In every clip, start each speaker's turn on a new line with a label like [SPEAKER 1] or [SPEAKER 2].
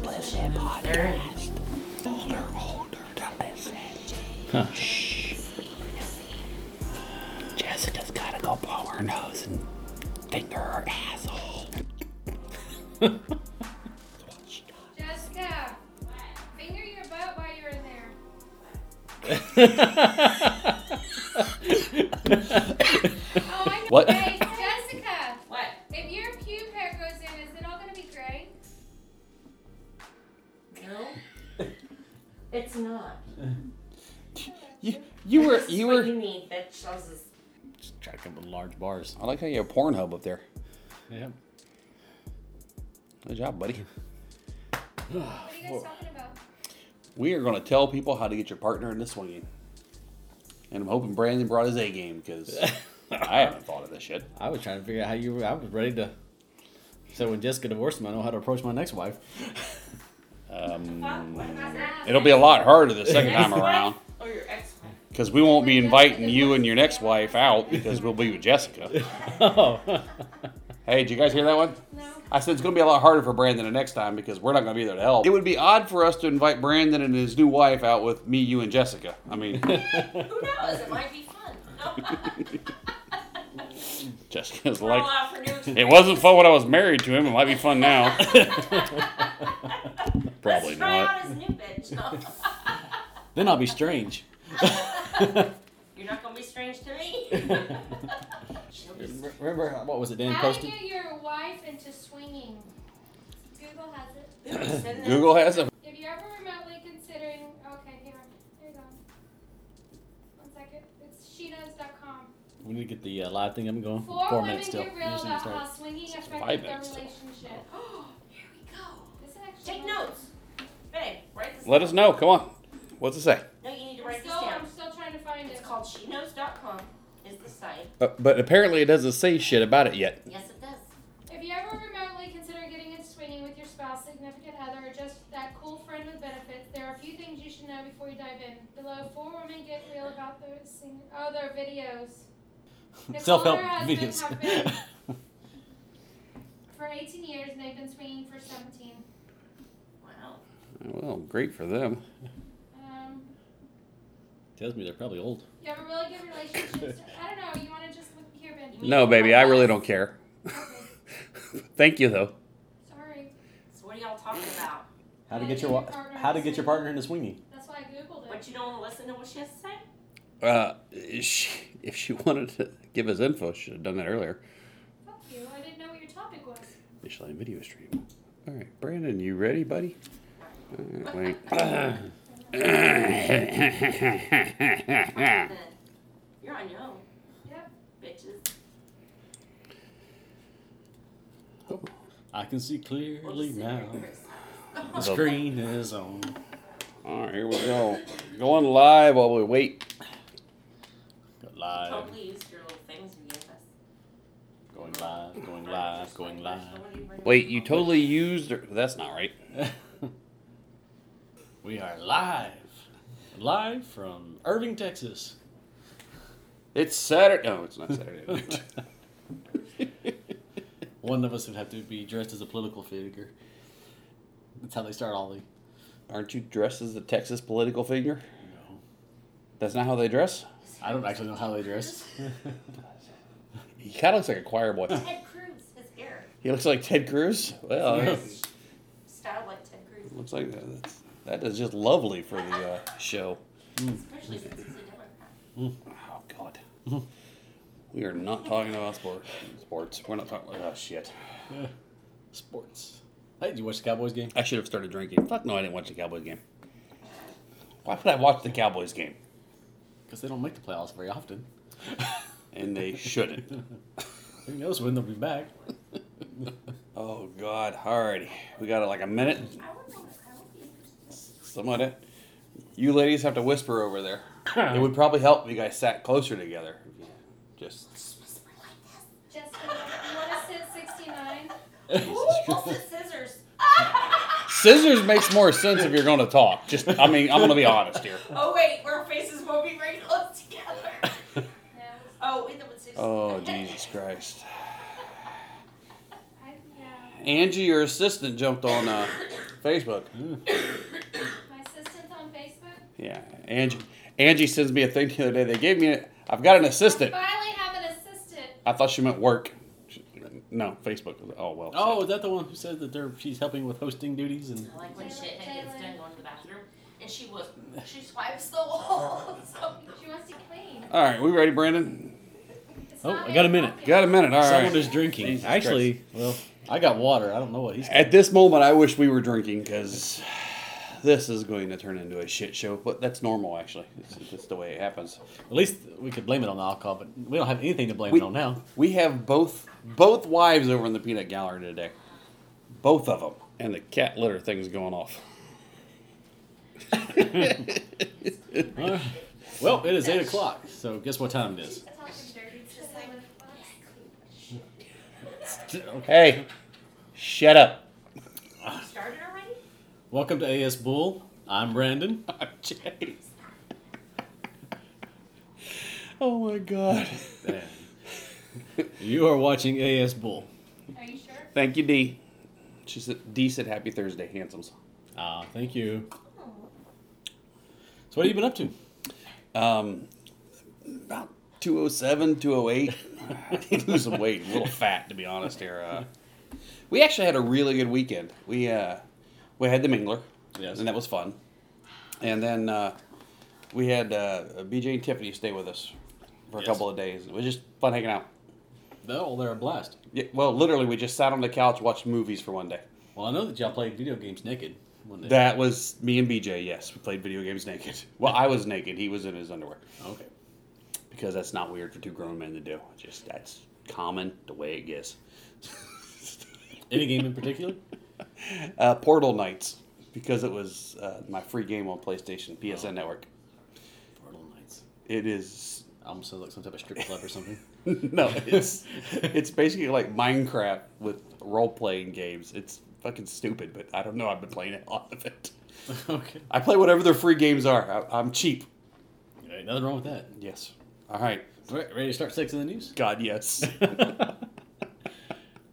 [SPEAKER 1] Bullshit podcast.
[SPEAKER 2] Huh.
[SPEAKER 1] Jessica's gotta go blow her nose and finger her asshole.
[SPEAKER 3] Jessica, finger your butt while you're in there. Oh, I know.
[SPEAKER 2] What?
[SPEAKER 3] Hey, Jessica,
[SPEAKER 4] What?
[SPEAKER 3] if your pube hair goes in, is it all gonna be gray?
[SPEAKER 4] No. it's not.
[SPEAKER 2] You, you were
[SPEAKER 4] This is
[SPEAKER 2] you
[SPEAKER 4] what
[SPEAKER 2] were
[SPEAKER 4] you need that shows us.
[SPEAKER 2] just check up with large bars.
[SPEAKER 1] I like how you have Pornhub up there.
[SPEAKER 2] Yeah.
[SPEAKER 1] Good job, buddy.
[SPEAKER 3] What are you guys talking about?
[SPEAKER 1] We are gonna tell people how to get your partner in the swinging. And I'm hoping Brandon brought his A game because I haven't thought of this shit.
[SPEAKER 2] I was trying to figure out how you were I was ready to so when Jessica divorced me, I know how to approach my next wife.
[SPEAKER 1] It'll be a lot harder the second time
[SPEAKER 4] Ex-wife
[SPEAKER 1] around
[SPEAKER 4] Or oh, your ex-wife.
[SPEAKER 1] because we won't be inviting you and your next wife out because we'll be with Jessica.
[SPEAKER 2] Oh.
[SPEAKER 1] Hey, did you guys hear that one?
[SPEAKER 3] No.
[SPEAKER 1] I said it's going to be a lot harder for Brandon the next time because we're not going to be there to help. It would be odd for us to invite Brandon and his new wife out with me, you, and Jessica. I mean,
[SPEAKER 4] Who knows? It might be fun.
[SPEAKER 1] Jessica's
[SPEAKER 4] We're
[SPEAKER 1] like,
[SPEAKER 4] all out for new
[SPEAKER 1] it wasn't fun when I was married to him. It might be fun now. Probably
[SPEAKER 4] Let's try
[SPEAKER 1] not.
[SPEAKER 4] out his new bitch. No.
[SPEAKER 2] then I'll be strange.
[SPEAKER 4] You're not gonna be strange to me. She'll be strange.
[SPEAKER 2] Remember how- what was it Dan
[SPEAKER 3] How to
[SPEAKER 2] posted?
[SPEAKER 3] get your wife into swinging. Google has it.
[SPEAKER 4] Send that-
[SPEAKER 1] Google has a
[SPEAKER 3] If you're ever remotely considering, okay, here, here you go. One second. It's shedoes.com.
[SPEAKER 2] We need to get the uh, live thing up and going.
[SPEAKER 3] Four,
[SPEAKER 2] Four
[SPEAKER 3] women
[SPEAKER 2] minutes still.
[SPEAKER 3] get
[SPEAKER 2] You
[SPEAKER 3] real
[SPEAKER 2] just need to
[SPEAKER 3] about
[SPEAKER 2] start.
[SPEAKER 3] how swinging affected their
[SPEAKER 1] five minutes still.
[SPEAKER 3] relationship.
[SPEAKER 4] Here we go.
[SPEAKER 3] This is actually
[SPEAKER 4] Take notes, babe. Write this.
[SPEAKER 1] Let us know. Come on. What's it say?
[SPEAKER 4] No, you need to
[SPEAKER 3] I'm
[SPEAKER 4] write this
[SPEAKER 3] still, I'm
[SPEAKER 4] down.
[SPEAKER 3] still trying to find
[SPEAKER 4] It's
[SPEAKER 3] it.
[SPEAKER 4] called SheKnows.com. Is the site?
[SPEAKER 1] Uh, but apparently, it doesn't say shit about it yet.
[SPEAKER 4] Yes, it does.
[SPEAKER 3] If you ever remotely consider getting into swinging with your spouse, significant other, or just that cool friend with benefits, there are a few things you should know before you dive in. Below, four women get real about their sing- oh, their videos. Nicole
[SPEAKER 2] Self help
[SPEAKER 3] and her husband
[SPEAKER 2] videos.
[SPEAKER 3] have been for 18 years, and they've been swinging for 17.
[SPEAKER 4] Wow.
[SPEAKER 1] Well, great for them.
[SPEAKER 3] Um,
[SPEAKER 2] Tells me they're probably old.
[SPEAKER 3] you have a really good relationship. st- I don't know. You want to just look here, Ben?
[SPEAKER 1] No, baby, I really don't care.
[SPEAKER 3] Okay.
[SPEAKER 1] Thank you, though.
[SPEAKER 3] Sorry.
[SPEAKER 4] So what are y'all talking about?
[SPEAKER 2] How to get your wa- how to get your partner into swinging.
[SPEAKER 3] That's why I googled it.
[SPEAKER 4] But you don't want to listen to what she has to say?
[SPEAKER 1] Uh, she, if she wanted to give us info, she should have done that earlier.
[SPEAKER 3] Fuck you. I didn't know what your topic was.
[SPEAKER 1] Initial and video stream. All right, Brandon, you ready, buddy? All right, wait.
[SPEAKER 4] Then You're on your own,
[SPEAKER 3] Yep.
[SPEAKER 4] bitches.
[SPEAKER 2] I can see
[SPEAKER 4] We'll
[SPEAKER 2] clearly
[SPEAKER 4] just sit here
[SPEAKER 2] now.
[SPEAKER 4] and criticize.
[SPEAKER 2] The screen is on.
[SPEAKER 1] All right, here we go. Going live while we wait.
[SPEAKER 2] Got Live,
[SPEAKER 4] Totally used your little things you gave us.
[SPEAKER 2] going live, going
[SPEAKER 4] Right,
[SPEAKER 2] live,
[SPEAKER 4] just
[SPEAKER 2] going
[SPEAKER 4] like,
[SPEAKER 2] live.
[SPEAKER 4] so what do you bring
[SPEAKER 1] Wait,
[SPEAKER 4] up?
[SPEAKER 1] you totally used. Her. That's not right.
[SPEAKER 2] we are live. Live from Irving, Texas.
[SPEAKER 1] It's Saturday. No, it's not Saturday. night.
[SPEAKER 2] One of us would have to be dressed as a political figure. That's how they start all the.
[SPEAKER 1] Aren't you dressed as a Texas political figure?
[SPEAKER 2] You know,
[SPEAKER 1] That's not how they dress.
[SPEAKER 2] I don't actually know how they dress.
[SPEAKER 1] He kind of looks like a choir boy.
[SPEAKER 4] Ted Cruz, his hair.
[SPEAKER 1] He looks like Ted Cruz. Well,
[SPEAKER 4] His hair
[SPEAKER 1] that's-
[SPEAKER 4] is styled like Ted
[SPEAKER 2] Hmm.
[SPEAKER 4] Cruz,
[SPEAKER 1] looks like that. That's, that is just lovely for the uh, show.
[SPEAKER 4] especially since he's a Democrat.
[SPEAKER 1] Oh God. We are not talking about sports. Sports. We're not talking. About, oh shit.
[SPEAKER 2] Sports. Hey, did you watch the Cowboys game?
[SPEAKER 1] I should have started drinking. Fuck no, I didn't watch the Cowboys game. Why would I watch the Cowboys game?
[SPEAKER 2] Because they don't make the playoffs very often.
[SPEAKER 1] And they shouldn't.
[SPEAKER 2] Who knows when they'll be back?
[SPEAKER 1] oh God. Alrighty. We got like a minute.
[SPEAKER 4] I would want to, I would be interested.
[SPEAKER 1] Some of it. You ladies have to whisper over there. It would probably help if you guys sat closer together. Just
[SPEAKER 4] Just whisper like
[SPEAKER 3] Jessica, you want to sit 69?
[SPEAKER 4] this. Ooh, what's the scissors?
[SPEAKER 1] scissors makes more sense if you're going to talk. Just I mean I'm going to be honest here.
[SPEAKER 4] Oh wait, our faces won't be very close together.
[SPEAKER 3] No.
[SPEAKER 4] Oh, wait, that was scissors.
[SPEAKER 1] Oh Jesus Christ.
[SPEAKER 3] I, yeah.
[SPEAKER 1] Angie, your assistant, jumped on uh, Facebook.
[SPEAKER 3] My assistant on Facebook.
[SPEAKER 1] Yeah, Angie. Angie sends me a thing the other day. They gave me. A, I've got an assistant.
[SPEAKER 3] Finally have an assistant.
[SPEAKER 1] I thought she meant work. She- No, Facebook. Oh well.
[SPEAKER 2] Oh, is that the one who said that they're, she's helping with hosting duties and?
[SPEAKER 4] I like when shit had gets done going to the bathroom, and she was she swipes the wall. So
[SPEAKER 3] She wants to clean.
[SPEAKER 1] All right, we ready, Brandon?
[SPEAKER 3] It's
[SPEAKER 2] Oh,
[SPEAKER 3] not
[SPEAKER 2] I got a
[SPEAKER 3] eight
[SPEAKER 2] minute.
[SPEAKER 3] o'clock yet.
[SPEAKER 1] Got a minute. All right.
[SPEAKER 2] Someone is drinking.
[SPEAKER 1] Jesus
[SPEAKER 2] Actually, well, I got water. I don't know what he's.
[SPEAKER 1] At this moment, I wish we were drinking because this is going to turn into a shit show. But that's normal, actually. It's it's just the way it happens.
[SPEAKER 2] At least we could blame it on the alcohol, but we don't have anything to blame
[SPEAKER 1] We-
[SPEAKER 2] it on now.
[SPEAKER 1] We have both both wives over in the peanut gallery today, both of them, and the cat litter thing's going off.
[SPEAKER 2] All right. Well, it is eight o'clock, so guess what time it is?
[SPEAKER 3] I'm talking dirty to seven o'clock.
[SPEAKER 1] Hey, shut up.
[SPEAKER 4] we started already.
[SPEAKER 2] Welcome to AS Bull. I'm Brandon.
[SPEAKER 1] Oh my god.
[SPEAKER 2] And you are watching AS Bull.
[SPEAKER 3] Are you sure?
[SPEAKER 1] Thank you, D. She said, D said, "Happy Thursday, handsomes."
[SPEAKER 2] Ah, thank you.
[SPEAKER 3] Oh.
[SPEAKER 2] So, what have you been up to?
[SPEAKER 1] Um, about 207, 208. I need to lose some weight. I'm a little fat, to be honest here. Uh, we actually had a really good weekend. We uh, we had the Mingler,
[SPEAKER 2] Yes.
[SPEAKER 1] and that was fun. And then uh, we had uh, BJ and Tiffany stay with us for a
[SPEAKER 2] Yes.
[SPEAKER 1] couple of days. It was just fun hanging out.
[SPEAKER 2] Oh, they're a blast.
[SPEAKER 1] Yeah, well, literally, we just sat on the couch, watched movies for one day.
[SPEAKER 2] Well, I know that y'all played video games naked one day.
[SPEAKER 1] That was me and BJ. Yes, we played video games naked. Well, I was naked. He was in his underwear.
[SPEAKER 2] okay.
[SPEAKER 1] because that's not weird for two grown men to do. Just that's common the way it gets.
[SPEAKER 2] Any game in particular?
[SPEAKER 1] Uh, Portal Nights because it was uh, my free game on PlayStation PSN Network.
[SPEAKER 2] Portal Knights.
[SPEAKER 1] It is
[SPEAKER 2] I'm so like some type of strip club or something.
[SPEAKER 1] no, it's it's basically like Minecraft with role playing games. It's fucking stupid, but I don't know. I've been playing a lot of it.
[SPEAKER 2] okay.
[SPEAKER 1] I play whatever their free games are. I, I'm cheap.
[SPEAKER 2] Ain't nothing wrong with that.
[SPEAKER 1] Yes. All right.
[SPEAKER 2] All right, ready to start sex in the news?
[SPEAKER 1] God, yes.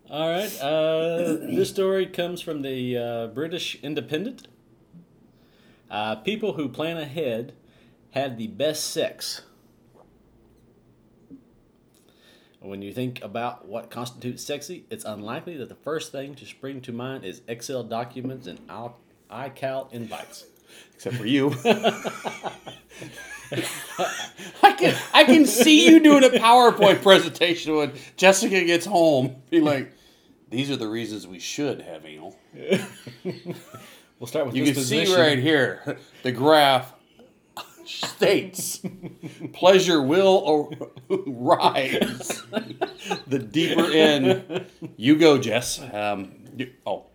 [SPEAKER 2] All right. Uh, this story comes from the uh, British Independent. Uh, people who plan ahead have the best sex. When you think about what constitutes sexy, it's unlikely that the first thing to spring to mind is Excel documents and Al- iCal invites.
[SPEAKER 1] Except for you. I can I can see you doing a PowerPoint presentation when Jessica gets home. Be like, these are the reasons we should have anal.
[SPEAKER 2] We'll start with
[SPEAKER 1] You
[SPEAKER 2] this
[SPEAKER 1] can
[SPEAKER 2] position.
[SPEAKER 1] see right here the graph states pleasure will ar- rise the deeper in. You go, Jess. Um, you- oh,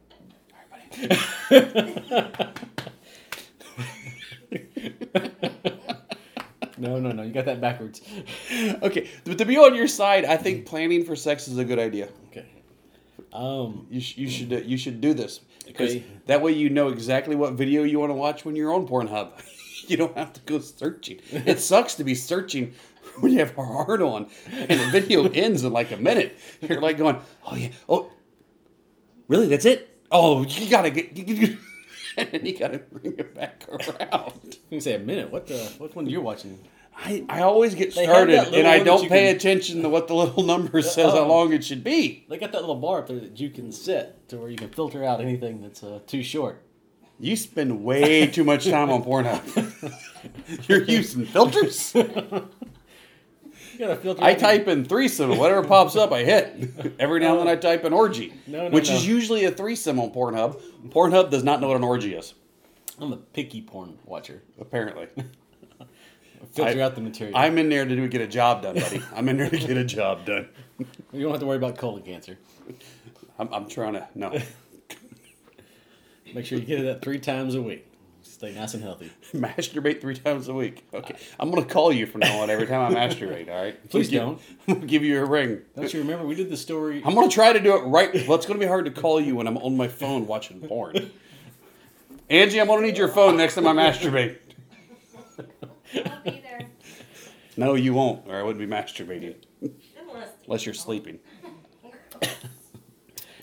[SPEAKER 2] No, no, no. You got that backwards.
[SPEAKER 1] okay. But to be on your side, I think planning for sex is a good idea.
[SPEAKER 2] Okay. Um.
[SPEAKER 1] You, sh- you should do- you should do this because
[SPEAKER 2] Okay.
[SPEAKER 1] that way you know exactly what video you want to watch when you're on Pornhub. you don't have to go searching. It sucks to be searching when you have a hard on and the video ends in like a minute. You're like going, oh yeah, oh really? That's it? Oh, you gotta get. and you gotta bring it back around.
[SPEAKER 2] You can say a minute. What the? What one are you watching?
[SPEAKER 1] I, I always get
[SPEAKER 2] They have that
[SPEAKER 1] started
[SPEAKER 2] little
[SPEAKER 1] and I
[SPEAKER 2] one that
[SPEAKER 1] don't
[SPEAKER 2] you
[SPEAKER 1] pay
[SPEAKER 2] can-
[SPEAKER 1] attention to what the little number says how
[SPEAKER 2] oh.
[SPEAKER 1] long it should be.
[SPEAKER 2] They got that little bar up there that you can set to where you can filter out anything that's uh, too short.
[SPEAKER 1] You spend way too much time on Pornhub. You're using filters?
[SPEAKER 2] You gotta filter.
[SPEAKER 1] I
[SPEAKER 2] out-
[SPEAKER 1] type in threesome, and whatever pops up, I hit. Every now and then I type in orgy,
[SPEAKER 2] No, no,
[SPEAKER 1] which is
[SPEAKER 2] no.
[SPEAKER 1] usually a threesome on Pornhub. Pornhub does not know what an orgy is,
[SPEAKER 2] I'm a picky porn watcher.
[SPEAKER 1] apparently.
[SPEAKER 2] Filter
[SPEAKER 1] I-
[SPEAKER 2] out the material.
[SPEAKER 1] I'm in there to do, get a job done, buddy. I'm in there to get a job done.
[SPEAKER 2] you don't have to worry about colon cancer.
[SPEAKER 1] I'm, I'm trying to, no.
[SPEAKER 2] Make sure you get it at three times a week. Stay nice and healthy.
[SPEAKER 1] masturbate three times a week. Okay. I'm going to call you from now on every time I masturbate, all right?
[SPEAKER 2] Please
[SPEAKER 1] Give-
[SPEAKER 2] don't.
[SPEAKER 1] I'm gonna give you a ring.
[SPEAKER 2] Don't you remember we did the story?
[SPEAKER 1] I'm gonna try to do it right. Well, it's gonna be hard to call you when I'm on my phone watching porn. Angie, I'm gonna need your phone next time I masturbate.
[SPEAKER 3] I'll be there.
[SPEAKER 1] No, you won't, or I wouldn't be masturbating
[SPEAKER 4] Unless
[SPEAKER 1] unless you're sleeping.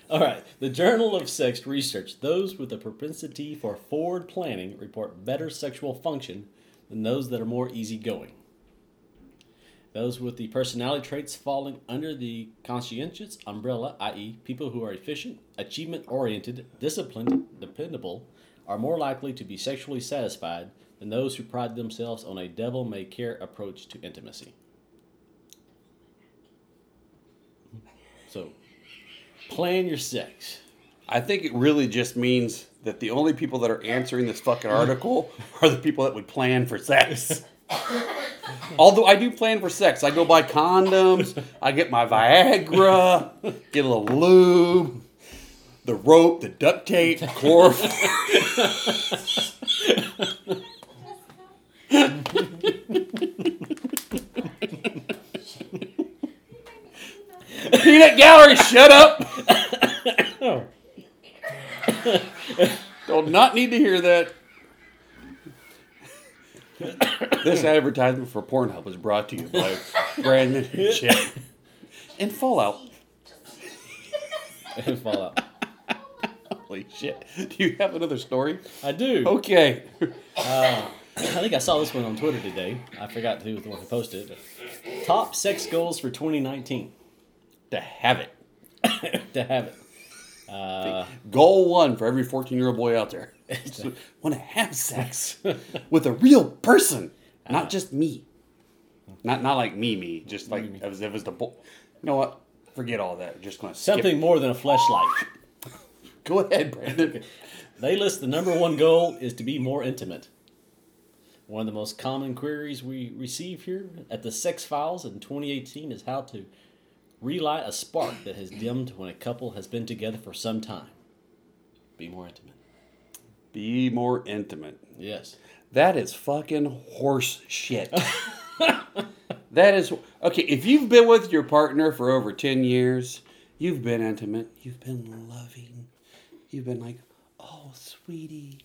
[SPEAKER 2] All right. The Journal of Sex Research. Those with a propensity for forward planning report better sexual function than those that are more easygoing. Those with the personality traits falling under the conscientious umbrella, i.e., people who are efficient, achievement oriented, disciplined, dependable, are more likely to be sexually satisfied than those who pride themselves on a devil may care approach to intimacy. So, plan your sex.
[SPEAKER 1] I think it really just means that the only people that are answering this fucking article are the people that would plan for sex. Although I do plan for sex, I go buy condoms, I get my Viagra, get a little lube, the rope, the duct tape, chloroform. Peanut gallery, shut up!
[SPEAKER 2] Oh.
[SPEAKER 1] Do not need to hear that. this advertisement for Pornhub was brought to you by Brandon and Chad. And Fallout.
[SPEAKER 2] And Fallout.
[SPEAKER 1] Holy shit. Do you have another story?
[SPEAKER 2] I do.
[SPEAKER 1] Okay.
[SPEAKER 2] I think I saw this one on Twitter today. I forgot who was the one who posted it. Top sex goals for 2019
[SPEAKER 1] to have it.
[SPEAKER 2] to have it. Uh,
[SPEAKER 1] Goal one for every 14 year old boy out there. Want to have sex with a real person, not just me. Not not like me, me. Just like as if it's the boy. You know what? Forget all that. We're just going to
[SPEAKER 2] something more than a fleshlight.
[SPEAKER 1] Go ahead, Brandon.
[SPEAKER 2] They list the number one goal is to be more intimate. One of the most common queries we receive here at the Sex Files in 2018 is how to relight a spark that has dimmed when a couple has been together for some time. Be more intimate.
[SPEAKER 1] Be more intimate.
[SPEAKER 2] Yes.
[SPEAKER 1] That is fucking horse shit. that is okay. If you've been with your partner for over ten years, you've been intimate. You've been loving. You've been like, oh, sweetie,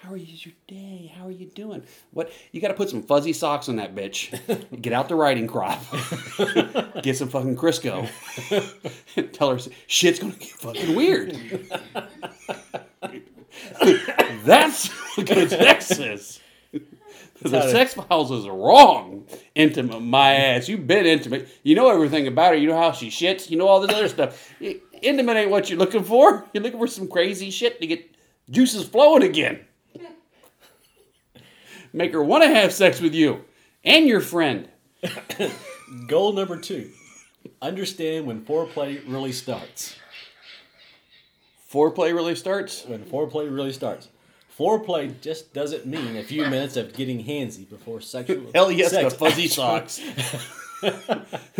[SPEAKER 1] how are you? Your day? How are you doing? What? You got to put some fuzzy socks on that bitch. Get out the riding crop. Get some fucking Crisco. Tell her shit's gonna get fucking weird. That's what good sex is. The
[SPEAKER 2] how it-
[SPEAKER 1] sex files is wrong. Intimate, my ass. You've been intimate. You know everything about her. You know how she shits. You know all this other stuff. I- Intimate ain't what you're looking for. You're looking for some crazy shit to get juices flowing again. Make her want to have sex with you and your friend.
[SPEAKER 2] Goal number two understand when foreplay really starts.
[SPEAKER 1] Foreplay really starts.
[SPEAKER 2] when foreplay really starts. Foreplay just doesn't mean a few minutes of getting handsy before sexual.
[SPEAKER 1] Hell yes,
[SPEAKER 2] sex.
[SPEAKER 1] the fuzzy socks.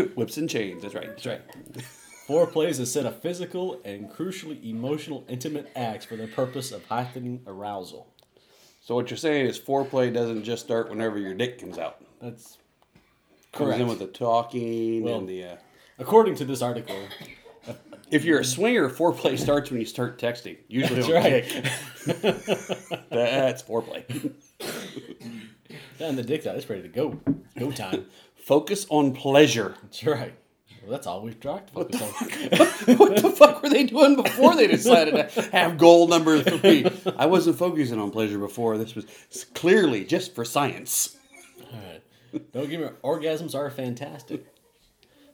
[SPEAKER 1] Whips and chains. That's right. That's right.
[SPEAKER 2] Foreplay is a set of physical and crucially emotional intimate acts for the purpose of heightening arousal.
[SPEAKER 1] So what you're saying is foreplay doesn't just start whenever your dick comes out.
[SPEAKER 2] That's
[SPEAKER 1] Comes
[SPEAKER 2] correct.
[SPEAKER 1] in with the talking
[SPEAKER 2] Well-
[SPEAKER 1] and the. Uh,
[SPEAKER 2] According to this article,
[SPEAKER 1] if you're a swinger, foreplay starts when you start texting. Usually
[SPEAKER 2] that's
[SPEAKER 1] on
[SPEAKER 2] right.
[SPEAKER 1] dick. That's foreplay.
[SPEAKER 2] Done the dick out. It's ready to go. Go time.
[SPEAKER 1] Focus on pleasure.
[SPEAKER 2] That's right. Well, that's all we've tried to focus on.
[SPEAKER 1] what the fuck were they doing before they decided to have goal number three? I wasn't focusing on pleasure before. This was clearly just for science.
[SPEAKER 2] All right. Don't get me wrong. Orgasms are fantastic,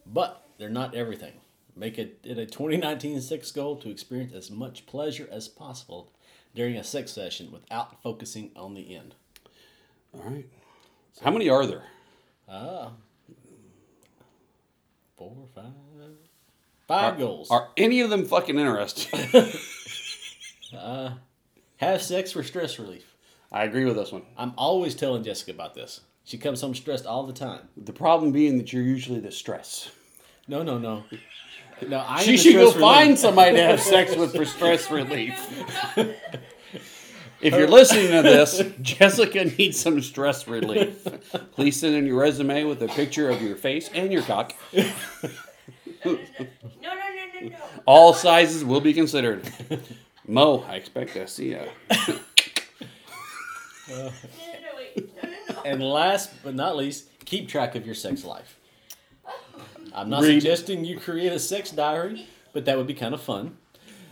[SPEAKER 2] but they're not everything. Make it, it a 2019 sex goal to experience as much pleasure as possible during a sex session without focusing on the end.
[SPEAKER 1] All right. How many are there?
[SPEAKER 2] Ah. Four, five, five goals.
[SPEAKER 1] Are any of them fucking interesting?
[SPEAKER 2] Have sex for stress relief.
[SPEAKER 1] I agree with this one.
[SPEAKER 2] I'm always telling Jessica about this. She comes home stressed all the time.
[SPEAKER 1] The problem being that you're usually the stress.
[SPEAKER 2] No, no, no. No, I
[SPEAKER 1] She
[SPEAKER 2] am
[SPEAKER 1] should
[SPEAKER 2] the
[SPEAKER 1] go
[SPEAKER 2] stress
[SPEAKER 1] find
[SPEAKER 2] relief.
[SPEAKER 1] somebody to have sex with for stress relief. If you're listening to this, Jessica needs some stress relief. Please send in your resume with a picture of your face and your cock.
[SPEAKER 4] No, no, no, no, no.
[SPEAKER 1] All sizes will be considered. Mo, I expect to see ya.
[SPEAKER 4] No, no, no, wait. No, no, no.
[SPEAKER 2] And last but not least, keep track of your sex life. I'm not
[SPEAKER 1] Read.
[SPEAKER 2] suggesting you create a sex diary, but that would be kind of fun.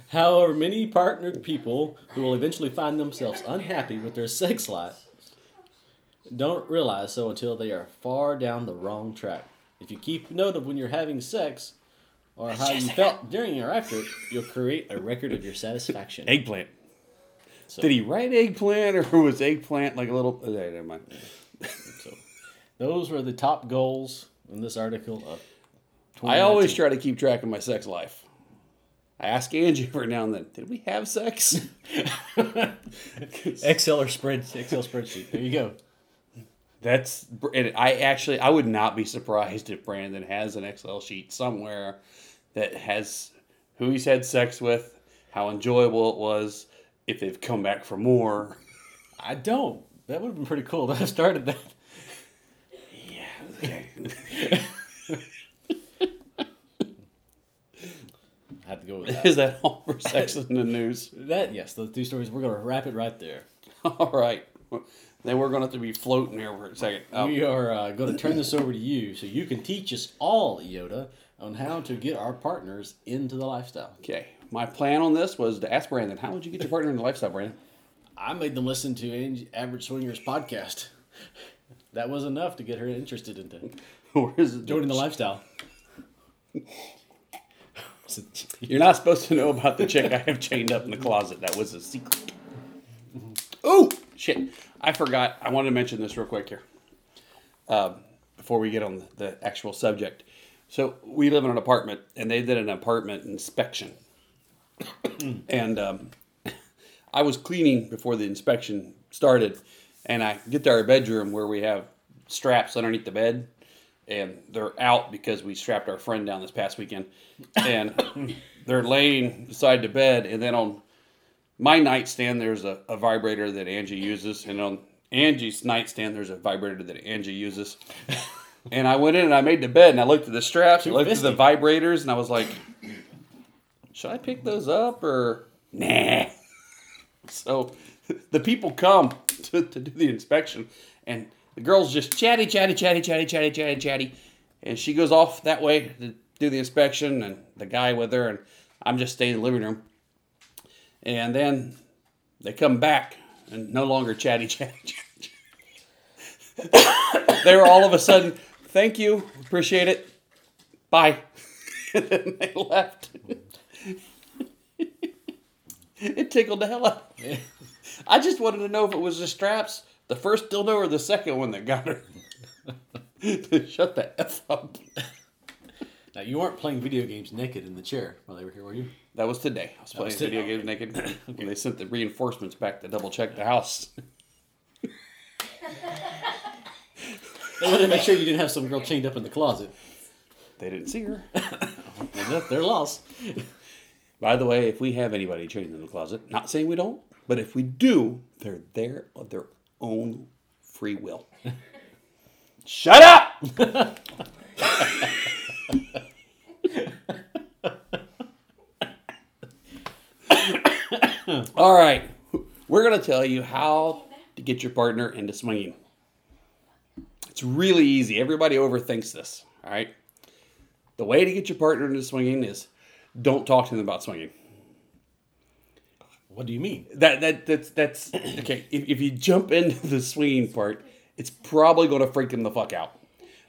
[SPEAKER 2] However, many partnered people who will eventually find themselves unhappy with their sex life don't realize so until they are far down the wrong track. If you keep note of when you're having sex or how you felt during or after, it, you'll create a record of your satisfaction.
[SPEAKER 1] Eggplant.
[SPEAKER 2] So-
[SPEAKER 1] Did he write eggplant or was eggplant like a little? Okay, never mind.
[SPEAKER 2] So, those were the top goals in this article of.
[SPEAKER 1] I always
[SPEAKER 2] 2019.
[SPEAKER 1] try to keep track of my sex life. I ask Angie every now and then, did we have sex?
[SPEAKER 2] Excel or spread Excel spreadsheet. There you go.
[SPEAKER 1] That's and I actually I would not be surprised if Brandon has an Excel sheet somewhere that has who he's had sex with, how enjoyable it was, if they've come back for more.
[SPEAKER 2] I don't. That would have been pretty cool to have started that.
[SPEAKER 1] Okay.
[SPEAKER 2] I have to go with that.
[SPEAKER 1] Is that all for sex in the news?
[SPEAKER 2] that yes, those two stories. We're gonna wrap it right there.
[SPEAKER 1] All right. Then we're gonna have to be floating here for a second. Um,
[SPEAKER 2] We are uh, going to turn this over to you so you can teach us all, Iota, on how to get our partners into the lifestyle.
[SPEAKER 1] Okay. My plan on this was to ask Brandon, how would you get your partner into lifestyle, Brandon?
[SPEAKER 2] I made them listen to Ang- Average Swingers podcast. That was enough to get her interested into
[SPEAKER 1] Or is it
[SPEAKER 2] joining the lifestyle.
[SPEAKER 1] You're not supposed to know about the chick I have chained up in the closet. That was a secret. Oh shit! I forgot. I wanted to mention this real quick here, um, before we get on the actual subject. So we live in an apartment, and they did an apartment inspection, and um, I was cleaning before the inspection started, and I get to our bedroom where we have straps underneath the bed, and they're out because we strapped our friend down this past weekend, and they're laying beside the bed, and then on my nightstand there's a, a vibrator that Angie uses, and on Angie's nightstand there's a vibrator that Angie uses. and I went in and I made the bed, and I looked at the straps, I looked at the vibrators, and I was like, should I pick those up or nah? So the people come to, to do the inspection, and the girl's just chatty, chatty, chatty, chatty, chatty, chatty, chatty. And she goes off that way to do the inspection, and the guy with her, and I'm just staying in the living room. And then they come back and no longer chatty, chatty, chatty. chatty. they were all of a sudden, thank you, appreciate it, bye. and then they left. it tickled the hell out of me. I just wanted to know if it was the straps, the first dildo, or the second one that got her. Shut the F up.
[SPEAKER 2] now, you weren't playing video games naked in the chair while they were here, were you?
[SPEAKER 1] That was today. I was playing
[SPEAKER 2] was
[SPEAKER 1] video
[SPEAKER 2] today.
[SPEAKER 1] games naked. when they sent the reinforcements back to double check the house.
[SPEAKER 2] They wanted to make sure you didn't have some girl chained up in the closet.
[SPEAKER 1] They didn't see her.
[SPEAKER 2] And that- Their loss.
[SPEAKER 1] By the way, if we have anybody chained in the closet, not saying we don't, but if we do, they're there of their own free will. Shut up! All right, we're going to tell you how to get your partner into swinging. It's really easy. Everybody overthinks this. All right. The way to get your partner into swinging is don't talk to them about swinging.
[SPEAKER 2] What do you mean?
[SPEAKER 1] That that that's that's okay. If, if you jump into the swinging part, it's probably going to freak them the fuck out.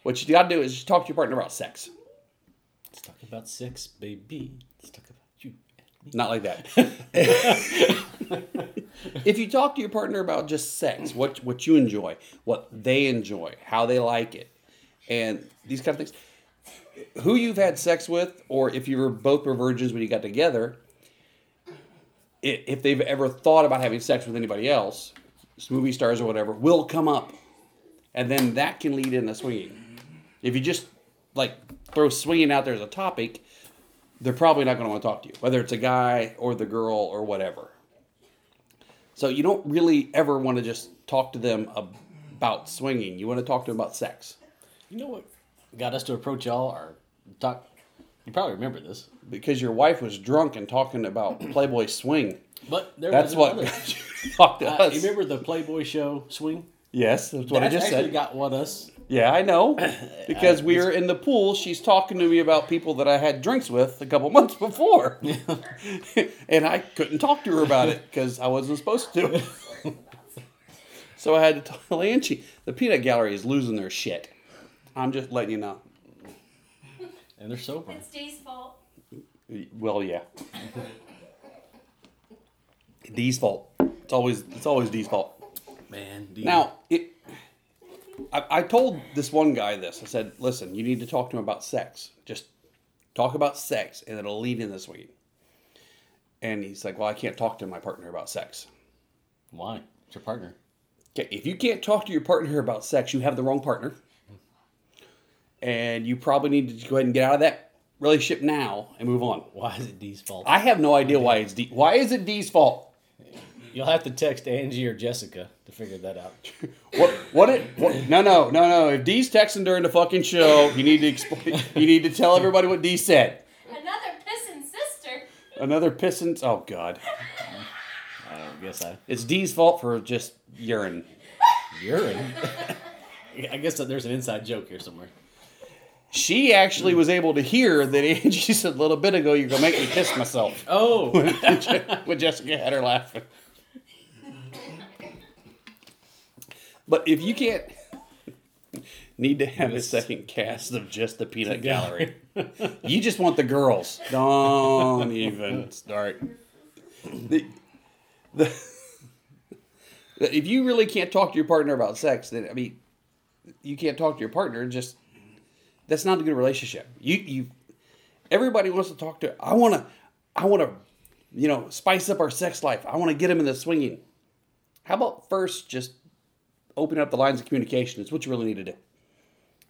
[SPEAKER 1] What you got to do is just talk to your partner about sex.
[SPEAKER 2] Let's talk about sex, baby. Let's talk about you and me.
[SPEAKER 1] Not like that. if you talk to your partner about just sex, what what you enjoy, what they enjoy, how they like it, and these kind of things, who you've had sex with, or if you were both were virgins when you got together, i- if they've ever thought about having sex with anybody else, movie stars or whatever, will come up, and then that can lead into swinging. If you just like throw swinging out there as a topic, they're probably not going to want to talk to you, whether it's a guy or the girl or whatever. So you don't really ever want to just talk to them ab- about swinging. You want to talk to them about sex.
[SPEAKER 2] You know what got us to approach y'all or talk? You probably remember this,
[SPEAKER 1] Because your wife was drunk and talking about Playboy swing.
[SPEAKER 2] but there was
[SPEAKER 1] That's what
[SPEAKER 2] another-
[SPEAKER 1] talked to
[SPEAKER 2] Uh,
[SPEAKER 1] us.
[SPEAKER 2] you remember the Playboy show swing?
[SPEAKER 1] Yes, that's what I
[SPEAKER 2] That's
[SPEAKER 1] just
[SPEAKER 2] actually
[SPEAKER 1] said.
[SPEAKER 2] got what us
[SPEAKER 1] Yeah, I know. Because we were in the pool, she's talking to me about people that I had drinks with a couple months before. and I couldn't talk to her about it because I wasn't supposed to. so I had to tell Angie, the peanut gallery is losing their shit. I'm just letting you know.
[SPEAKER 2] And they're sober.
[SPEAKER 3] It's Dee's fault.
[SPEAKER 1] Well, yeah. Dee's fault. It's always it's always Dee's fault.
[SPEAKER 2] Man, do you-
[SPEAKER 1] Now, it, I, I told this one guy this. I said, listen, you need to talk to him about sex. Just talk about sex, and it'll lead in this way. And he's like, well, I can't talk to my partner about sex.
[SPEAKER 2] why? It's your partner.
[SPEAKER 1] Okay, if you can't talk to your partner about sex, you have the wrong partner. And you probably need to go ahead and get out of that relationship now and move on.
[SPEAKER 2] Why is it Dee's fault?
[SPEAKER 1] I have no idea why it's D. Why is it D's fault?
[SPEAKER 2] You'll have to text Angie or Jessica to figure that out.
[SPEAKER 1] What? What? It? What, no, no, no, no. If Dee's texting during the fucking show, you need to explain. You need to tell everybody what Dee said.
[SPEAKER 3] Another pissing sister.
[SPEAKER 1] Another pissing. Oh God,
[SPEAKER 2] I guess I
[SPEAKER 1] it's Dee's fault for just urine.
[SPEAKER 2] urine. I guess that there's an inside joke here somewhere.
[SPEAKER 1] She actually was able to hear that Angie said a little bit ago, "You're gonna make me piss myself."
[SPEAKER 2] Oh,
[SPEAKER 1] when Jessica had her laughing. But if you can't, need to have a second cast of just the peanut gallery. You just want the girls. Don't even start. The, the, if you really can't talk to your partner about sex, then I mean, you can't talk to your partner. Just that's not a good relationship. You you everybody wants to talk to. I want to I want to you know spice up our sex life. I want to get him in the swinging. How about first just open up the lines of communication? It's what you really need to do.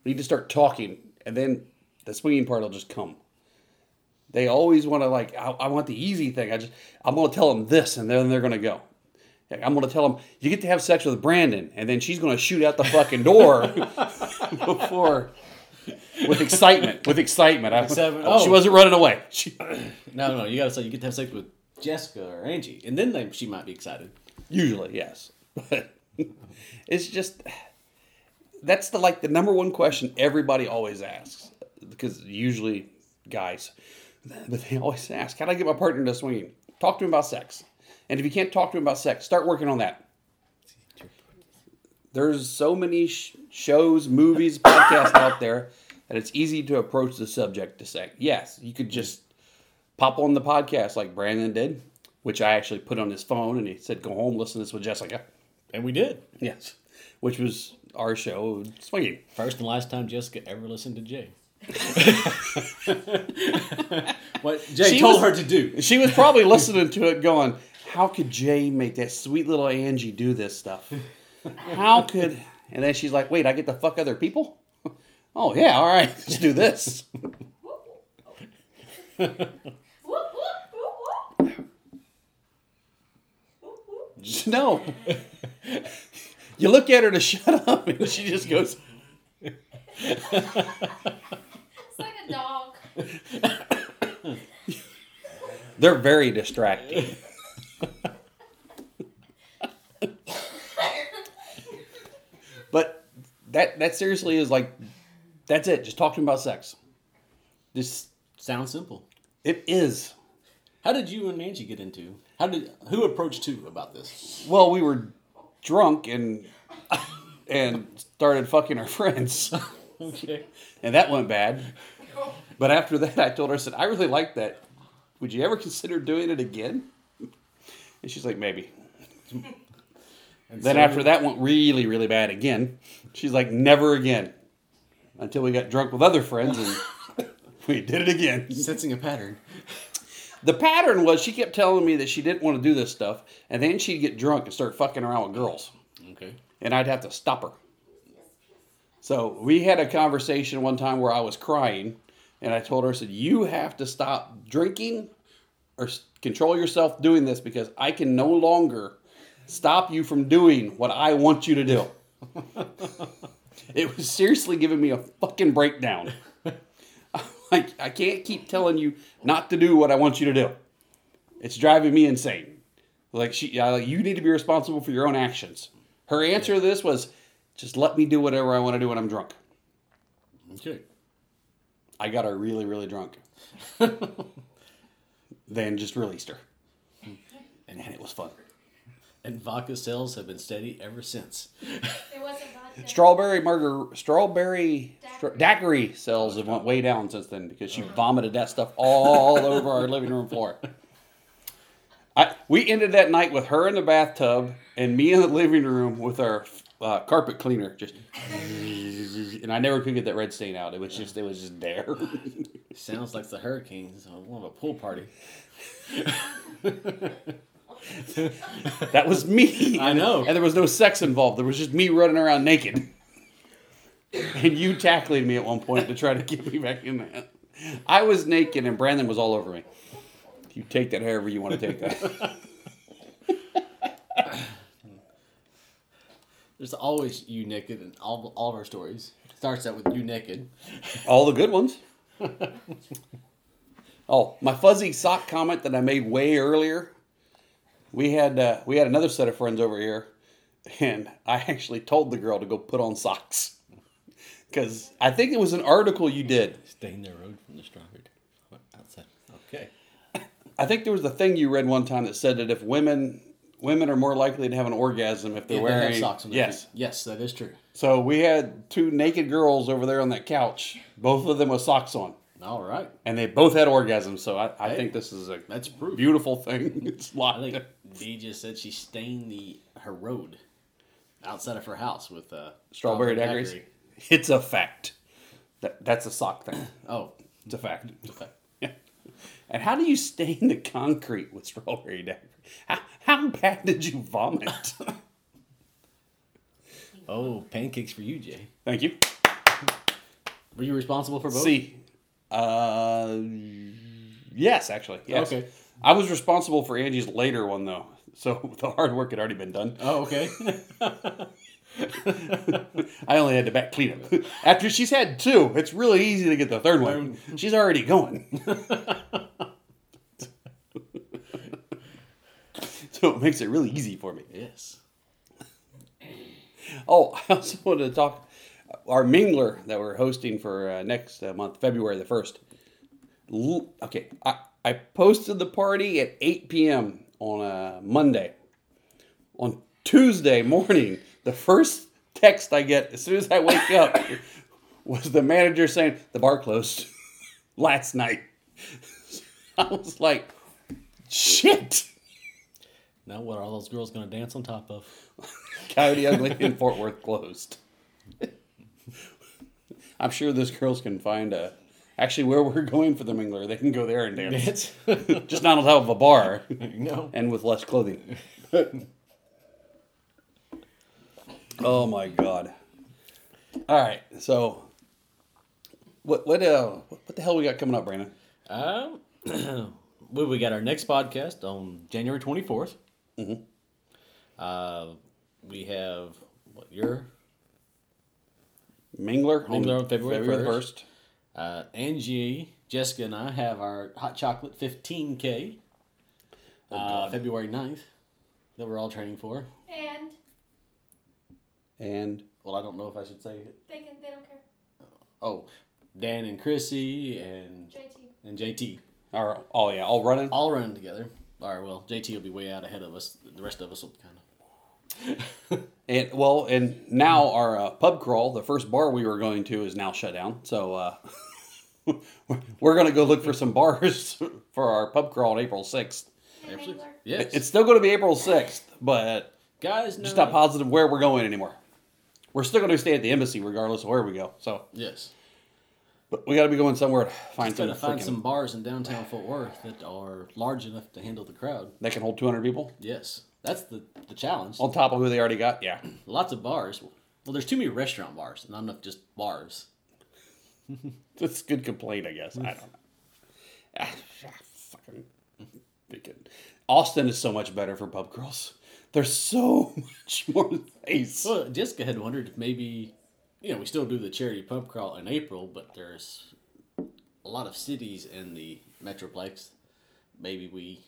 [SPEAKER 1] You need to start talking, and then the swinging part will just come. They always want to like. I, I want the easy thing. I just I'm gonna tell them this, and then they're gonna go. Like, I'm gonna tell them you get to have sex with Brandon, and then she's gonna shoot out the fucking door before with excitement. With excitement, I,
[SPEAKER 2] Excitement.
[SPEAKER 1] oh, she
[SPEAKER 2] Oh.
[SPEAKER 1] wasn't running away. She,
[SPEAKER 2] no, no, you gotta say you get to have sex with Jessica or Angie, and then they, she might be excited.
[SPEAKER 1] Usually, yes. But it's just that's the like the number one question everybody always asks because usually guys, but they always ask, "How do I get my partner to swinging?" Talk to him about sex, and if you can't talk to him about sex, start working on that. There's so many sh- shows, movies, podcasts out there that it's easy to approach the subject to say, "Yes, you could just." pop on the podcast like Brandon did, which I actually put on his phone, and he said, "Go home, listen to this with Jessica."
[SPEAKER 2] And we did.
[SPEAKER 1] Yes, which was our show, swinging.
[SPEAKER 2] First and last time Jessica ever listened to Jay. what Jay
[SPEAKER 1] She
[SPEAKER 2] told
[SPEAKER 1] was-
[SPEAKER 2] her to do.
[SPEAKER 1] She was probably listening to it, going, "How could Jay make that sweet little Angie do this stuff? How could?" And then she's like, "Wait, I get to fuck other people." Oh yeah, all right, let's do this.
[SPEAKER 3] Whoop,
[SPEAKER 4] Oh.
[SPEAKER 3] whoop. Whoop, whoop, whoop, whoop. Whoop, whoop.
[SPEAKER 1] no, you look at her to shut up, and she just goes.
[SPEAKER 3] It's like a dog.
[SPEAKER 1] They're very distracting. but that that seriously is like that's it. Just talk to him about sex. Just
[SPEAKER 2] Sounds simple.
[SPEAKER 1] it is.
[SPEAKER 2] How did you and Angie get into? How did who approached who about this?
[SPEAKER 1] Well, we were drunk and and started fucking our friends.
[SPEAKER 2] Okay.
[SPEAKER 1] And that went bad. But after that I told her, I said, I really like that. Would you ever consider doing it again? And she's like, Maybe. Then after that went really, really bad again. She's like, never again. Until we got drunk with other friends and we did it again.
[SPEAKER 2] sensing a pattern.
[SPEAKER 1] The pattern was she kept telling me that she didn't want to do this stuff, and then she'd get drunk and start fucking around with girls,
[SPEAKER 2] Okay.
[SPEAKER 1] and I'd have to stop her. So we had a conversation one time where I was crying, and I told her, I said, You have to stop drinking or s- control yourself doing this because I can no longer stop you from doing what I want you to do. it was seriously giving me a fucking breakdown. like, I can't keep telling you not to do what I want you to do. It's driving me insane. Like she, I, like, you need to be responsible for your own actions. Her answer to this was, Just let me do whatever I want to do when I'm drunk.
[SPEAKER 2] Okay.
[SPEAKER 1] I got her really, really drunk. then just released her. And it was fun.
[SPEAKER 2] And vodka sales have been steady ever since.
[SPEAKER 3] It wasn't vodka.
[SPEAKER 1] Strawberry murder, strawberry
[SPEAKER 3] Daiquiri.
[SPEAKER 1] daiquiri, daiquiri sales have went way down since then because she vomited that stuff all over our living room floor. I, we ended that night with her in the bathtub and me in the living room with our uh, carpet cleaner. Just and I never could get that red stain out. It was just it was just there.
[SPEAKER 2] Sounds like the hurricanes on one of a pool party.
[SPEAKER 1] that was me.
[SPEAKER 2] I know.
[SPEAKER 1] And there was no sex involved. There was just me running around naked. And you tackling me at one point to try to get me back in that. I was naked and Brandon was all over me. You take that however you want to take that.
[SPEAKER 2] There's always you naked in all, all of our stories. Starts out with you naked.
[SPEAKER 1] all the good ones. Oh, my fuzzy sock comment that I made way earlier. We had uh, we had another set of friends over here, and I actually told the girl to go put on socks because I think it was an article you did.
[SPEAKER 2] Stain their road from the strawberry. What, outside. Okay.
[SPEAKER 1] I think there was a thing you read one time that said that if women women are more likely to have an orgasm if they're
[SPEAKER 2] Yeah, they
[SPEAKER 1] wearing
[SPEAKER 2] have socks on their
[SPEAKER 1] yes.
[SPEAKER 2] feet. Yes, that is true.
[SPEAKER 1] So we had two naked girls over there on that couch, both of them with socks on,
[SPEAKER 2] All right.
[SPEAKER 1] and they both had orgasms. So I, I
[SPEAKER 2] Hey.
[SPEAKER 1] think this is a
[SPEAKER 2] That's proof.
[SPEAKER 1] beautiful thing. It's
[SPEAKER 2] I
[SPEAKER 1] locked.
[SPEAKER 2] think Dee just said she stained the her road outside of her house with uh,
[SPEAKER 1] Strawberry daiquiris. It's a fact. That, that's a sock thing.
[SPEAKER 2] Oh,
[SPEAKER 1] It's a fact.
[SPEAKER 2] okay.
[SPEAKER 1] Yeah. And how do you stain the concrete with strawberry daiquiri? How, how bad did you vomit?
[SPEAKER 2] Oh, pancakes for you, Jay.
[SPEAKER 1] Thank you.
[SPEAKER 2] Were you responsible for both?
[SPEAKER 1] See, uh, yes, actually, yes.
[SPEAKER 2] Okay.
[SPEAKER 1] I was responsible for Angie's later one though, so the hard work had already been done.
[SPEAKER 2] Oh, okay.
[SPEAKER 1] I only had to back clean up. After she's had two, it's really easy to get the third one. She's already going. so it makes it really easy for me.
[SPEAKER 2] yes.
[SPEAKER 1] Oh, I also wanted to talk our mingler that we're hosting for uh, next uh, month, February the first. L- okay, I, I posted the party at eight p.m. on a Monday. On Tuesday morning, the first text I get as soon as I wake up was the manager saying the bar closed last night. I was like, shit.
[SPEAKER 2] Now what are all those girls going to dance on top of?
[SPEAKER 1] Coyote Ugly in Fort Worth closed. I'm sure those girls can find a. Actually, where we're going for the mingler, they can go there and dance.
[SPEAKER 2] Dance?
[SPEAKER 1] Just not on top of a bar
[SPEAKER 2] no.
[SPEAKER 1] and with less clothing. oh my god! All right, so what what uh what the hell we got coming up, Brandon?
[SPEAKER 2] Um, well, we got our next podcast on January 24th. Mm-hmm. Uh, we have what your
[SPEAKER 1] Mingler,
[SPEAKER 2] Mingler on February
[SPEAKER 1] the
[SPEAKER 2] 1st. uh, Angie, Jessica, and I have our hot chocolate 15K
[SPEAKER 1] Oh,
[SPEAKER 2] uh, February 9th that we're all training for.
[SPEAKER 3] And
[SPEAKER 1] and
[SPEAKER 2] Well, I don't know if I should say it.
[SPEAKER 3] they can. They don't care.
[SPEAKER 2] Oh, Dan and Chrissy and
[SPEAKER 3] JT.
[SPEAKER 2] and JT
[SPEAKER 1] or oh yeah, all running.
[SPEAKER 2] all running together. All right, well, JT will be way out ahead of us. The rest of us will kind of
[SPEAKER 1] And well, and now our uh, pub crawl, the first bar we were going to, is now shut down. So uh, we're going to go look for some bars for our pub crawl on April sixth.
[SPEAKER 3] And
[SPEAKER 2] Absolutely.
[SPEAKER 3] Mangler.
[SPEAKER 2] Yes,
[SPEAKER 1] It's still going to be April sixth, but
[SPEAKER 2] guys. No,
[SPEAKER 1] just not positive where we're going anymore. We're still going to stay at the embassy regardless of where we go. So,
[SPEAKER 2] Yes,
[SPEAKER 1] but we got to be going somewhere to find some
[SPEAKER 2] gotta find
[SPEAKER 1] freaking-
[SPEAKER 2] some bars in downtown Fort Worth that are large enough to handle the crowd.
[SPEAKER 1] that can hold two hundred people
[SPEAKER 2] Yes, that's the the challenge.
[SPEAKER 1] on top of who they already got. Yeah,
[SPEAKER 2] Lots of bars. Well, there's too many restaurant bars, not enough just bars.
[SPEAKER 1] that's a good complaint, I guess. I don't know. Ah, fucking freaking- Austin is so much better for pub crawls. There's so much more space.
[SPEAKER 2] Well, Jessica had wondered if maybe, you know, we still do the charity pub crawl in April, but there's a lot of cities in the Metroplex. Maybe we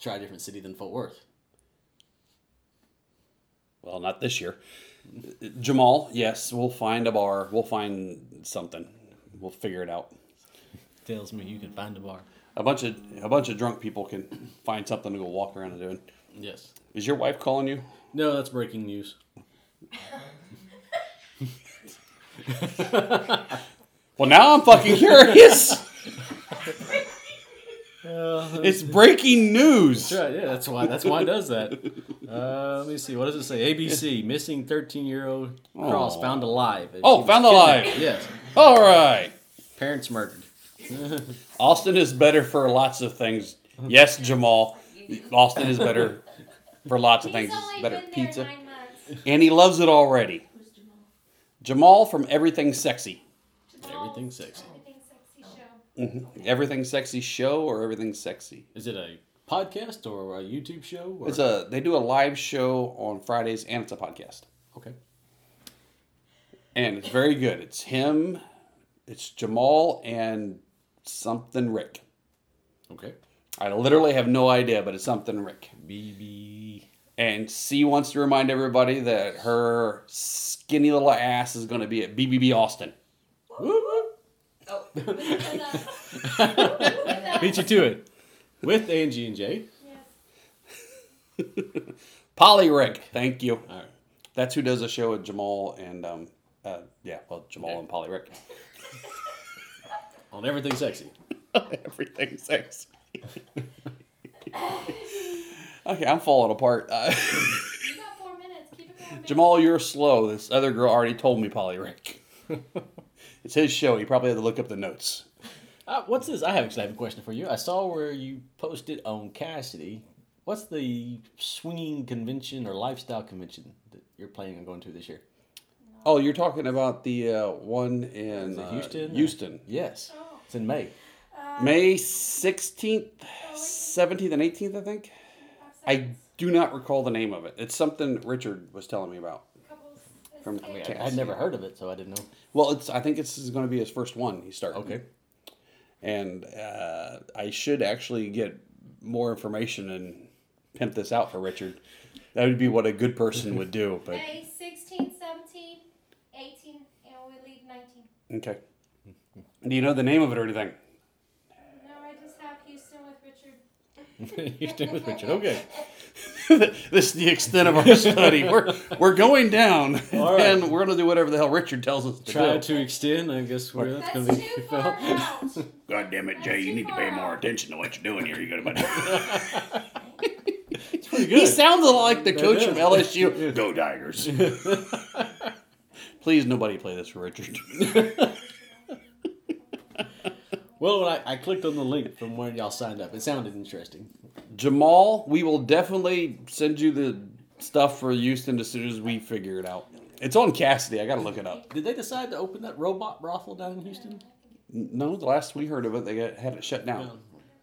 [SPEAKER 2] try a different city than Fort Worth.
[SPEAKER 1] Well, not this year. Jamal, yes, we'll find a bar. We'll find something. We'll figure it out.
[SPEAKER 2] Tells me you can find a bar.
[SPEAKER 1] A bunch of a bunch of drunk people can find something to go walk around and doing.
[SPEAKER 2] Yes.
[SPEAKER 1] Is your wife calling you?
[SPEAKER 2] No, that's breaking news.
[SPEAKER 1] Well, now I'm fucking curious.
[SPEAKER 2] Uh,
[SPEAKER 1] it's breaking news.
[SPEAKER 2] That's right. Yeah, that's why. That's why it does that. Uh, let me see. What does it say? ABC missing 13-year-old Cross
[SPEAKER 1] Aw.
[SPEAKER 2] found alive.
[SPEAKER 1] Oh,
[SPEAKER 2] She was
[SPEAKER 1] found alive.
[SPEAKER 2] kidnapped. Yes.
[SPEAKER 1] All right.
[SPEAKER 2] Parents murdered.
[SPEAKER 1] Austin is better for lots of things. Yes, Jamal. Austin is better for lots of things.
[SPEAKER 3] He's
[SPEAKER 1] He's
[SPEAKER 3] only
[SPEAKER 1] better
[SPEAKER 3] been
[SPEAKER 1] at
[SPEAKER 3] there
[SPEAKER 1] pizza.
[SPEAKER 3] nine months.
[SPEAKER 1] And he loves it already.
[SPEAKER 4] Who's Jamal?
[SPEAKER 1] Jamal from Everything Sexy.
[SPEAKER 2] Everything sexy.
[SPEAKER 3] Everything sexy show.
[SPEAKER 1] Everything Sexy show or Everything Sexy?
[SPEAKER 2] Is it a podcast or a YouTube show? Or?
[SPEAKER 1] It's a they do a live show on Fridays and it's a podcast.
[SPEAKER 2] okay.
[SPEAKER 1] And it's very good. It's him, it's Jamal and something Rick.
[SPEAKER 2] Okay.
[SPEAKER 1] I literally have no idea, but it's something Rick.
[SPEAKER 2] BB.
[SPEAKER 1] And C wants to remind everybody that her skinny little ass is going to be at BBB Austin.
[SPEAKER 4] Oh. That's
[SPEAKER 2] Beat you to it. With Angie and Jay.
[SPEAKER 3] Yes.
[SPEAKER 1] Polly Rick, thank you.
[SPEAKER 2] All right.
[SPEAKER 1] That's who does a show with Jamal and um, uh, yeah, well Jamal and Polly Rick.
[SPEAKER 2] On everything sexy.
[SPEAKER 1] Everything sexy. okay, I'm falling apart. Uh,
[SPEAKER 3] You got four minutes. Keep it going. babe.
[SPEAKER 1] Jamal, you're slow. This other girl already told me Polly Rick. it's his show. He probably had to look up the notes.
[SPEAKER 2] Uh, what's this? I have actually have a question for you. I saw where you posted on Cassidy. What's the swinging convention or lifestyle convention that you're planning on going to this year?
[SPEAKER 1] Oh, you're talking about the uh, one in
[SPEAKER 2] Is it
[SPEAKER 1] uh,
[SPEAKER 2] Houston?
[SPEAKER 1] Houston.
[SPEAKER 2] Yes.
[SPEAKER 3] Oh.
[SPEAKER 2] It's in May.
[SPEAKER 3] Uh,
[SPEAKER 1] May 16th, 17th, and 18th, I think.
[SPEAKER 3] five
[SPEAKER 1] I
[SPEAKER 3] seconds.
[SPEAKER 1] do not recall the name of it. It's something Richard was telling me about.
[SPEAKER 3] Couples
[SPEAKER 1] From-
[SPEAKER 3] escape.
[SPEAKER 1] I mean,
[SPEAKER 2] I had never heard of it, so I didn't know.
[SPEAKER 1] Well, it's I think this is going to be his first one he's starting. And uh, I should actually get more information and pimp this out for Richard. That would be what a good person would do. But
[SPEAKER 3] May 16, 17, 18, and we leave 19.
[SPEAKER 1] okay. Do you know the name of it or anything?
[SPEAKER 3] No, I just have Houston with Richard.
[SPEAKER 2] You're staying with Richard. Okay.
[SPEAKER 1] this is the extent of our study. We're we're going down,
[SPEAKER 2] All right.
[SPEAKER 1] and we're gonna do whatever the hell Richard tells us to
[SPEAKER 2] Try
[SPEAKER 1] do.
[SPEAKER 2] to extend. I guess where that's
[SPEAKER 3] That's
[SPEAKER 2] going to be.
[SPEAKER 3] too far out.
[SPEAKER 1] God damn it, Jay! You need to pay more attention to what you're doing here. You got to.
[SPEAKER 2] It's pretty
[SPEAKER 1] He sounds a lot like the
[SPEAKER 2] That
[SPEAKER 1] coach
[SPEAKER 2] is.
[SPEAKER 1] from LSU. Go Tigers! Please, nobody play this for Richard.
[SPEAKER 2] well, when I, I clicked on the link from where y'all signed up, it sounded interesting.
[SPEAKER 1] Jamal, we will definitely send you the stuff for Houston as soon as we figure it out. It's on Cassidy. I got to look it up.
[SPEAKER 2] Did they decide to open that robot brothel down in Houston?
[SPEAKER 1] No, the last we heard of it, they got, had it shut down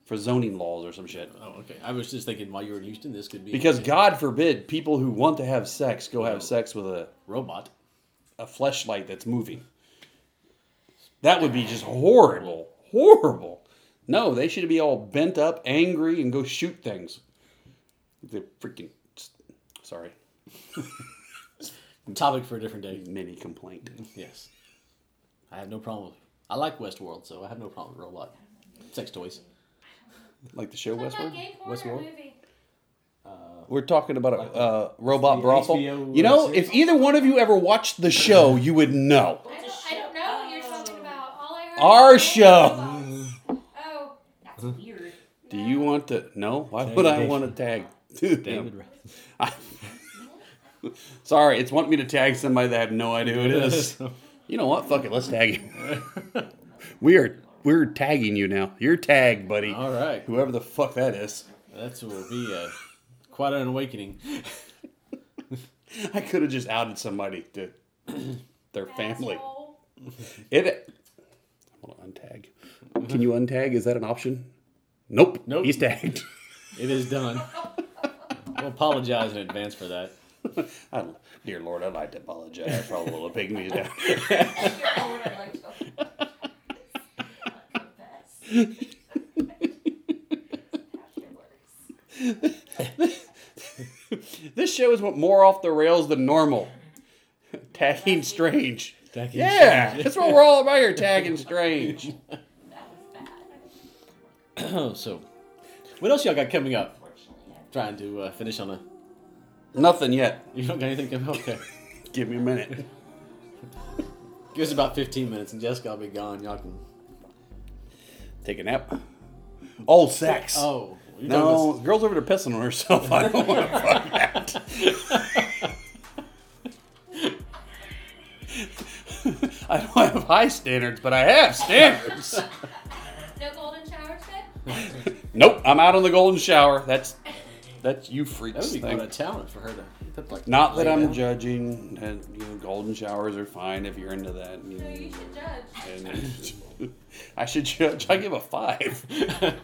[SPEAKER 1] for zoning laws or some shit.
[SPEAKER 2] Oh, okay. I was just thinking while you were in Houston, this could be
[SPEAKER 1] Because God forbid people who want to have sex go have sex with a,
[SPEAKER 2] robot.
[SPEAKER 1] a fleshlight that's moving. That would be just horrible. Horrible. No, they should be all bent up, angry, and go shoot things. They're freaking. Sorry,
[SPEAKER 2] Topic for a different day.
[SPEAKER 1] mini complaint.
[SPEAKER 2] Yes. I have no problem. with- I like Westworld, so I have no problem with robot sex toys.
[SPEAKER 1] Like the show
[SPEAKER 3] What about
[SPEAKER 1] Westward?
[SPEAKER 3] gay porn or
[SPEAKER 2] Westworld?
[SPEAKER 3] movie?
[SPEAKER 1] We're talking about a uh, robot
[SPEAKER 2] the
[SPEAKER 1] brothel.
[SPEAKER 2] HBO
[SPEAKER 1] you know,
[SPEAKER 2] series.
[SPEAKER 1] if either one of you ever watched the show, you would know.
[SPEAKER 3] I don't, I don't know what you're talking about. All I heard
[SPEAKER 1] Our
[SPEAKER 3] was gay
[SPEAKER 1] show.
[SPEAKER 3] robots. Oh,
[SPEAKER 4] weird.
[SPEAKER 1] Do you want to? No. Why would I
[SPEAKER 2] David.
[SPEAKER 1] want to tag? Dude,
[SPEAKER 2] David
[SPEAKER 1] no.
[SPEAKER 2] Rath-
[SPEAKER 1] Sorry, it's wanting me to tag somebody that I have no idea who it is. you know what? Fuck it. Let's tag you. we are we're tagging you now. You're tagged, buddy.
[SPEAKER 2] All right.
[SPEAKER 1] Whoever the fuck that is.
[SPEAKER 2] That will be uh, quite an awakening.
[SPEAKER 1] I could have just outed somebody to their family.
[SPEAKER 3] asshole.
[SPEAKER 1] It. I want to untag. Can you untag? Is that an option? Nope.
[SPEAKER 2] Nope.
[SPEAKER 1] He's tagged.
[SPEAKER 2] It is done. We'll apologize in advance for that.
[SPEAKER 1] I, dear Lord, I'd like to apologize for all the little pygmies down This show is what more off the rails than normal. Tagging strange.
[SPEAKER 2] Tagging
[SPEAKER 1] Yeah,
[SPEAKER 2] strange.
[SPEAKER 1] that's what we're all about here. Tagging strange.
[SPEAKER 4] That was bad.
[SPEAKER 2] so, what else y'all got coming up?
[SPEAKER 4] Unfortunately, I-
[SPEAKER 2] Trying to uh, finish on a.
[SPEAKER 1] Nothing yet.
[SPEAKER 2] You don't got anything coming? Okay.
[SPEAKER 1] Give me a minute.
[SPEAKER 2] Give us about 15 minutes and Jessica will be gone. Y'all can.
[SPEAKER 1] Take a nap. Oh, sex.
[SPEAKER 2] Oh. you're
[SPEAKER 1] no,
[SPEAKER 2] talking
[SPEAKER 1] the girl's over there pissing on herself. I don't want to fuck that. I don't have high standards, but I have standards.
[SPEAKER 3] No golden showers then?
[SPEAKER 1] nope, I'm out on the golden shower. That's that's you
[SPEAKER 2] That
[SPEAKER 1] freaks
[SPEAKER 2] would be
[SPEAKER 1] thing.
[SPEAKER 2] quite a challenge for her to. to like,
[SPEAKER 1] Not
[SPEAKER 2] lay
[SPEAKER 1] that I'm
[SPEAKER 2] down.
[SPEAKER 1] judging. And, you know, golden showers are fine if you're into that. you
[SPEAKER 3] No,
[SPEAKER 1] know,
[SPEAKER 3] you should judge.
[SPEAKER 1] and- I should judge. I give a five.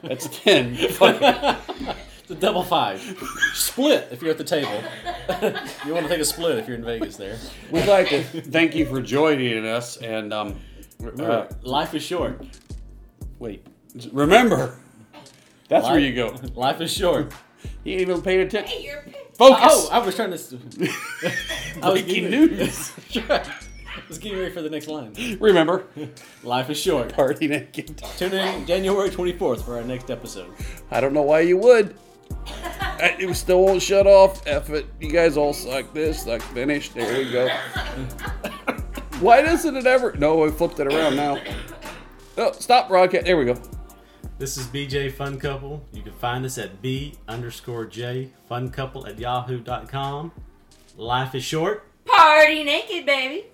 [SPEAKER 1] That's ten. Fuck it.
[SPEAKER 2] It's a double five. Split if you're at the table. you want to take a split if you're in Vegas there.
[SPEAKER 1] We'd like to thank you for joining us, and um, uh,
[SPEAKER 2] life is short.
[SPEAKER 1] wait, remember, that's where
[SPEAKER 2] Life-
[SPEAKER 1] you go.
[SPEAKER 2] Life is short.
[SPEAKER 1] You ain't even paying attention.
[SPEAKER 4] Hey, you're pissed.
[SPEAKER 1] Focus.
[SPEAKER 2] Oh, I was trying to. I was
[SPEAKER 1] Breaking
[SPEAKER 2] getting-
[SPEAKER 1] news.
[SPEAKER 2] That's right. I was getting ready for the next line.
[SPEAKER 1] Remember,
[SPEAKER 2] Life is short.
[SPEAKER 1] party naked.
[SPEAKER 2] Tune in January 24th for our next episode.
[SPEAKER 1] I don't know why you would. I- It still won't shut off. F it. You guys all suck this, suck finish. There we go. Why doesn't it ever? No, we flipped it around now. Oh, stop broadcast. There we go.
[SPEAKER 5] This is BJ Fun Couple. You can find us at B underscore J Fun Couple at yahoo.com. Life is short.
[SPEAKER 4] Party naked, baby.